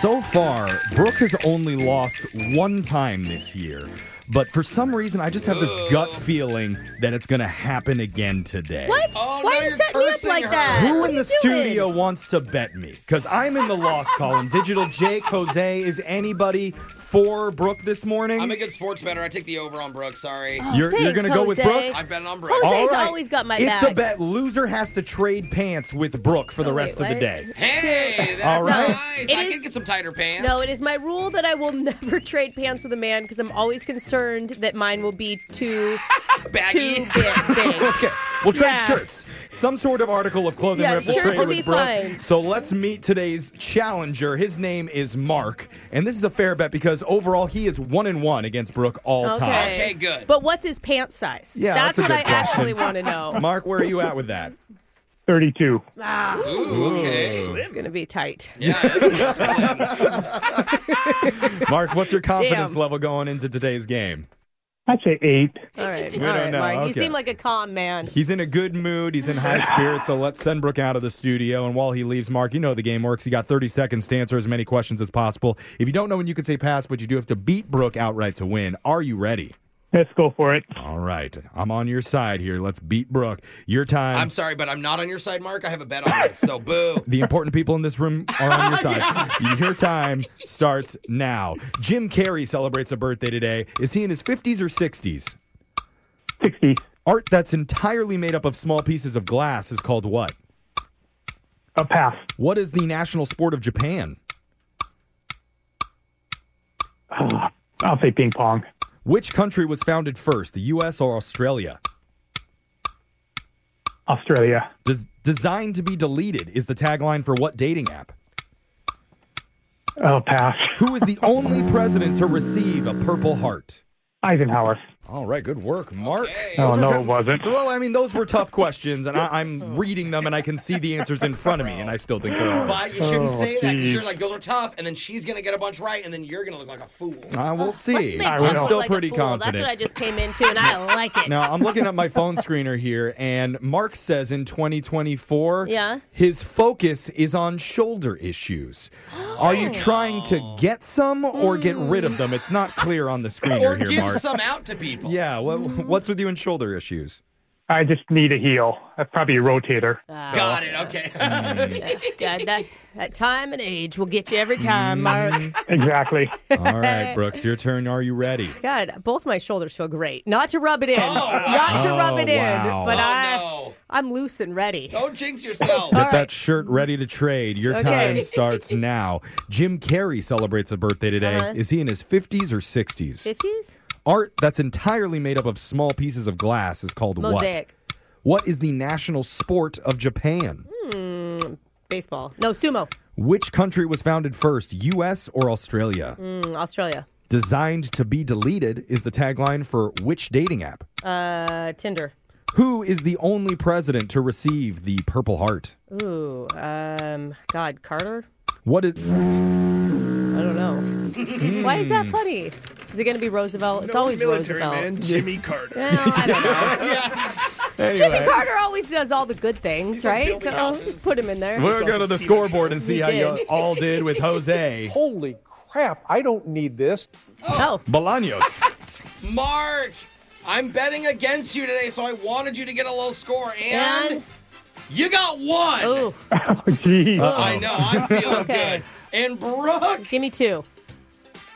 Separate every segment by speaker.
Speaker 1: So far, Brooke has only lost one time this year. But for some reason, I just have this gut feeling that it's going to happen again today.
Speaker 2: What?
Speaker 3: Oh,
Speaker 2: Why
Speaker 3: now
Speaker 2: are you
Speaker 3: you're
Speaker 2: setting me up
Speaker 3: cursing
Speaker 2: like
Speaker 3: her.
Speaker 2: that?
Speaker 1: Who
Speaker 2: What
Speaker 1: in
Speaker 2: are
Speaker 1: the
Speaker 2: you doing?
Speaker 1: studio wants to bet me? Because I'm in the loss column. Digital Jake, Jose, is anybody for Brooke this morning?
Speaker 3: I'm a good sports better. I take the over on Brooke. Sorry.
Speaker 1: you're you're
Speaker 2: thanks,
Speaker 1: going to go with
Speaker 2: Jose.
Speaker 1: Brooke?
Speaker 3: I bet on Brooke.
Speaker 2: Jose- Jose's
Speaker 1: All right.
Speaker 2: always got my
Speaker 1: It's
Speaker 2: back.
Speaker 1: a bet. Loser has to trade pants with Brooke for the
Speaker 2: Oh,
Speaker 1: rest
Speaker 2: wait,
Speaker 1: of the day.
Speaker 2: what?
Speaker 3: Hey, that's
Speaker 1: All right.
Speaker 3: nice.
Speaker 2: It
Speaker 3: I
Speaker 2: is-
Speaker 3: can get some tighter pants.
Speaker 2: No, it is my rule that I will never trade pants with a man because I'm always concerned that mine will be too
Speaker 3: baggy.
Speaker 2: too big. big.
Speaker 1: Okay, we'll trade
Speaker 2: Yeah.
Speaker 1: shirts. Some sort of article of clothing.
Speaker 2: Yeah,
Speaker 1: we have to
Speaker 2: shirts
Speaker 1: trade
Speaker 2: will
Speaker 1: with
Speaker 2: be
Speaker 1: Brooke.
Speaker 2: fine.
Speaker 1: So let's meet today's challenger. His name is Mark, and this is a fair bet because overall he is one and one against Brooke all time.
Speaker 3: Okay, good.
Speaker 2: But what's his pants size?
Speaker 1: Yeah,
Speaker 2: that's,
Speaker 1: that's a
Speaker 2: what
Speaker 1: good
Speaker 2: I
Speaker 1: question.
Speaker 2: actually want to know.
Speaker 1: Mark, where are you at with that?
Speaker 4: 32.
Speaker 2: Ah,
Speaker 3: Ooh, okay.
Speaker 2: it's gonna be tight.
Speaker 3: Yeah, that's slim.
Speaker 1: Mark, what's your confidence
Speaker 2: Damn.
Speaker 1: level going into today's game?
Speaker 4: I'd say eight.
Speaker 2: All right,
Speaker 1: We
Speaker 2: all
Speaker 1: don't
Speaker 2: right,
Speaker 1: know,
Speaker 2: Mike. You
Speaker 1: okay.
Speaker 2: seem like a calm man.
Speaker 1: He's in a good mood. He's in high spirits. So let's send Brooke out of the studio. And while he leaves, Mark, you know how the game works. You got 30 seconds to answer as many questions as possible. If you don't know when you can say pass, but you do have to beat Brooke outright to win. Are you ready?
Speaker 4: Let's go for it.
Speaker 1: All right. I'm on your side here. Let's beat Brooke. Your time.
Speaker 3: I'm sorry, but I'm not on your side, Mark. I have a bet on this, so boo.
Speaker 1: the important people in this room are on your side. Your time starts now. Jim Carrey celebrates a birthday today. Is he in his 50s or 60s?
Speaker 4: 60.
Speaker 1: Art that's entirely made up of small pieces of glass is called what?
Speaker 4: A pass.
Speaker 1: What is the national sport of Japan?
Speaker 4: I'll say ping pong.
Speaker 1: Which country was founded first, the US or Australia?
Speaker 4: Australia.
Speaker 1: Des- designed to be deleted is the tagline for what dating app?
Speaker 4: Oh, pass.
Speaker 1: Who is the only president to receive a Purple Heart?
Speaker 4: Eisenhower.
Speaker 1: All right, good work, Mark.
Speaker 4: Oh, no, it wasn't.
Speaker 1: Well, I mean, those were tough questions, and I, I'm reading them, and I can see the answers in front of me, and I still think they're all.
Speaker 3: But you shouldn't
Speaker 4: Oh,
Speaker 3: say that because
Speaker 4: geez.
Speaker 3: you're like, those are tough, and then she's going to get a bunch right, and then you're going to look like a fool.
Speaker 1: I will see.
Speaker 2: Let's make
Speaker 4: I
Speaker 2: Jim
Speaker 4: will.
Speaker 1: I'm
Speaker 2: look
Speaker 1: still
Speaker 2: like a
Speaker 1: pretty
Speaker 2: fool.
Speaker 1: confident.
Speaker 2: That's what I just came into, and I like it.
Speaker 1: Now I'm looking at my phone screener here, and Mark says in 2024,
Speaker 2: Yeah?
Speaker 1: his focus is on shoulder issues. Are you trying to get some or get
Speaker 2: Hmm.
Speaker 1: rid of them? It's not clear on the
Speaker 3: Or
Speaker 1: screener here,
Speaker 3: give
Speaker 1: Mark.
Speaker 3: some out to people.
Speaker 1: Yeah, what, what's with you and shoulder issues?
Speaker 4: I just need a heel. That's probably a rotator.
Speaker 3: Got it. Okay.
Speaker 2: Yeah, that, that time and age will get you every
Speaker 1: Mm.
Speaker 2: time, Mark.
Speaker 4: Exactly.
Speaker 1: All right, Brooke, it's your turn. Are you ready?
Speaker 2: God, both my shoulders feel great. Not to rub it in, not to
Speaker 1: Oh,
Speaker 2: rub it in,
Speaker 1: wow.
Speaker 2: but
Speaker 3: oh,
Speaker 2: I,
Speaker 3: no.
Speaker 2: I'm loose and ready.
Speaker 3: Don't jinx yourself.
Speaker 1: Get
Speaker 2: right.
Speaker 1: that shirt ready to trade. Your
Speaker 2: Okay.
Speaker 1: time starts now. Jim Carrey celebrates a birthday today.
Speaker 2: Uh-huh.
Speaker 1: Is he in his 50s or 60s?
Speaker 2: Fifties
Speaker 1: Art that's entirely made up of small pieces of glass is called what?
Speaker 2: mosaic
Speaker 1: What is the national sport of Japan?
Speaker 2: baseball. No sumo.
Speaker 1: Which country was founded first, US or Australia?
Speaker 2: Mm, Australia.
Speaker 1: Designed to be deleted is the tagline for which dating app?
Speaker 2: Uh, Tinder.
Speaker 1: Who is the only president to receive the Purple Heart?
Speaker 2: Ooh. Um. God, Carter.
Speaker 1: What is
Speaker 2: I don't know.
Speaker 1: Hmm.
Speaker 2: Why is that funny? Is it going to be Roosevelt? it's always
Speaker 5: military
Speaker 2: Roosevelt.
Speaker 5: man, Jimmy Carter.
Speaker 2: Well, I don't know. Jimmy
Speaker 1: anyway,
Speaker 2: Carter always does all the good things, right?
Speaker 3: building
Speaker 2: So
Speaker 3: houses.
Speaker 2: just put him in there.
Speaker 1: We'll go to the scoreboard and see
Speaker 2: We
Speaker 1: how you
Speaker 2: did.
Speaker 1: all did with Jose
Speaker 5: Holy crap, I don't need this.
Speaker 2: Oh,
Speaker 1: Bolaños.
Speaker 3: Mark, I'm betting against you today, so I wanted you to get a low score, and,
Speaker 2: And-
Speaker 3: you got one.
Speaker 2: ooh.
Speaker 4: Jeez.
Speaker 3: I know, I'm feeling
Speaker 2: Okay.
Speaker 3: good. And Brooke,
Speaker 2: Give me two.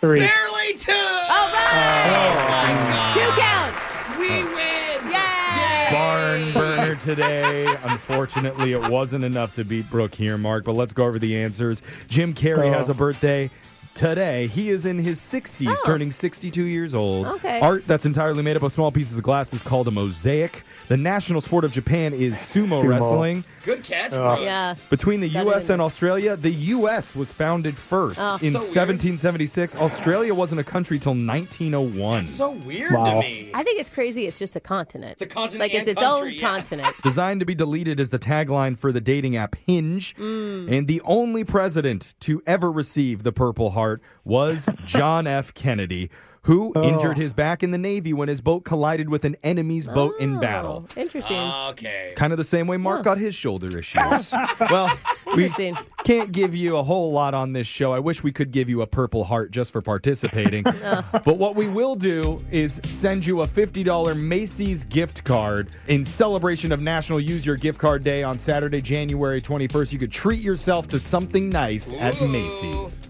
Speaker 4: Three.
Speaker 3: barely two.
Speaker 2: All right. Two counts.
Speaker 3: We win.
Speaker 2: Yay.
Speaker 1: Barn burner today. Unfortunately, it wasn't enough to beat Brooke here, Mark, but let's go over the answers. Jim Carrey
Speaker 4: Oh.
Speaker 1: has a birthday today. He is in his 60s,
Speaker 2: Oh.
Speaker 1: turning 62 years old.
Speaker 2: Okay.
Speaker 1: Art that's entirely made up of small pieces of glass is called a mosaic. The national sport of Japan is sumo,
Speaker 4: Sumo.
Speaker 1: wrestling.
Speaker 3: Good catch, Brooke.
Speaker 2: Yeah.
Speaker 1: Between the
Speaker 2: Better
Speaker 1: U.S.
Speaker 2: than
Speaker 1: and Australia, the U.S. was founded first
Speaker 2: Oh.
Speaker 1: in
Speaker 3: So weird.
Speaker 1: 1776. Australia wasn't a country till 1901.
Speaker 3: That's so weird
Speaker 4: Wow.
Speaker 3: to me.
Speaker 2: I think it's crazy. It's just a continent.
Speaker 3: It's a continent
Speaker 2: Like it's
Speaker 3: and
Speaker 2: its
Speaker 3: country,
Speaker 2: own
Speaker 3: yeah.
Speaker 2: continent.
Speaker 1: Designed to be deleted is the tagline for the dating app Hinge. And the only president to ever receive the Purple Heart was John F. Kennedy, who injured his back in the Navy when his boat collided with an enemy's boat in battle.
Speaker 3: Uh.
Speaker 2: Oh, Interesting.
Speaker 3: Okay.
Speaker 1: Kind of the same way Mark got his shoulder issues. well, we
Speaker 2: Interesting.
Speaker 1: can't give you a whole lot on this show. I wish we could give you a purple heart just for participating. but what we will do is send you a $50 Macy's gift card in celebration of National Use Your Gift Card Day on Saturday, January 21st. You could treat yourself to something nice at
Speaker 3: Ooh.
Speaker 1: Macy's.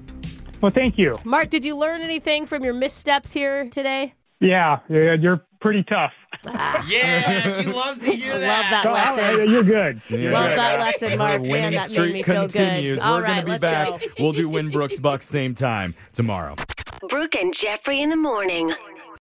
Speaker 4: Well, thank you.
Speaker 2: Mark, did you learn anything from your missteps here today?
Speaker 4: Yeah, yeah, you're pretty tough.
Speaker 3: Yeah, she loves to hear
Speaker 2: I love
Speaker 3: that.
Speaker 2: that lesson.
Speaker 4: You're good.
Speaker 1: Yeah.
Speaker 2: Love that lesson, Mark.
Speaker 1: Our
Speaker 2: Man,
Speaker 1: winning
Speaker 2: that made me
Speaker 1: streak
Speaker 2: feel
Speaker 1: continues.
Speaker 2: good. All
Speaker 1: We're
Speaker 2: right,
Speaker 1: going to be
Speaker 2: let's
Speaker 1: back.
Speaker 2: go.
Speaker 1: We'll do Winbrook's Bucks same time tomorrow.
Speaker 6: Brooke and Jeffrey in the morning.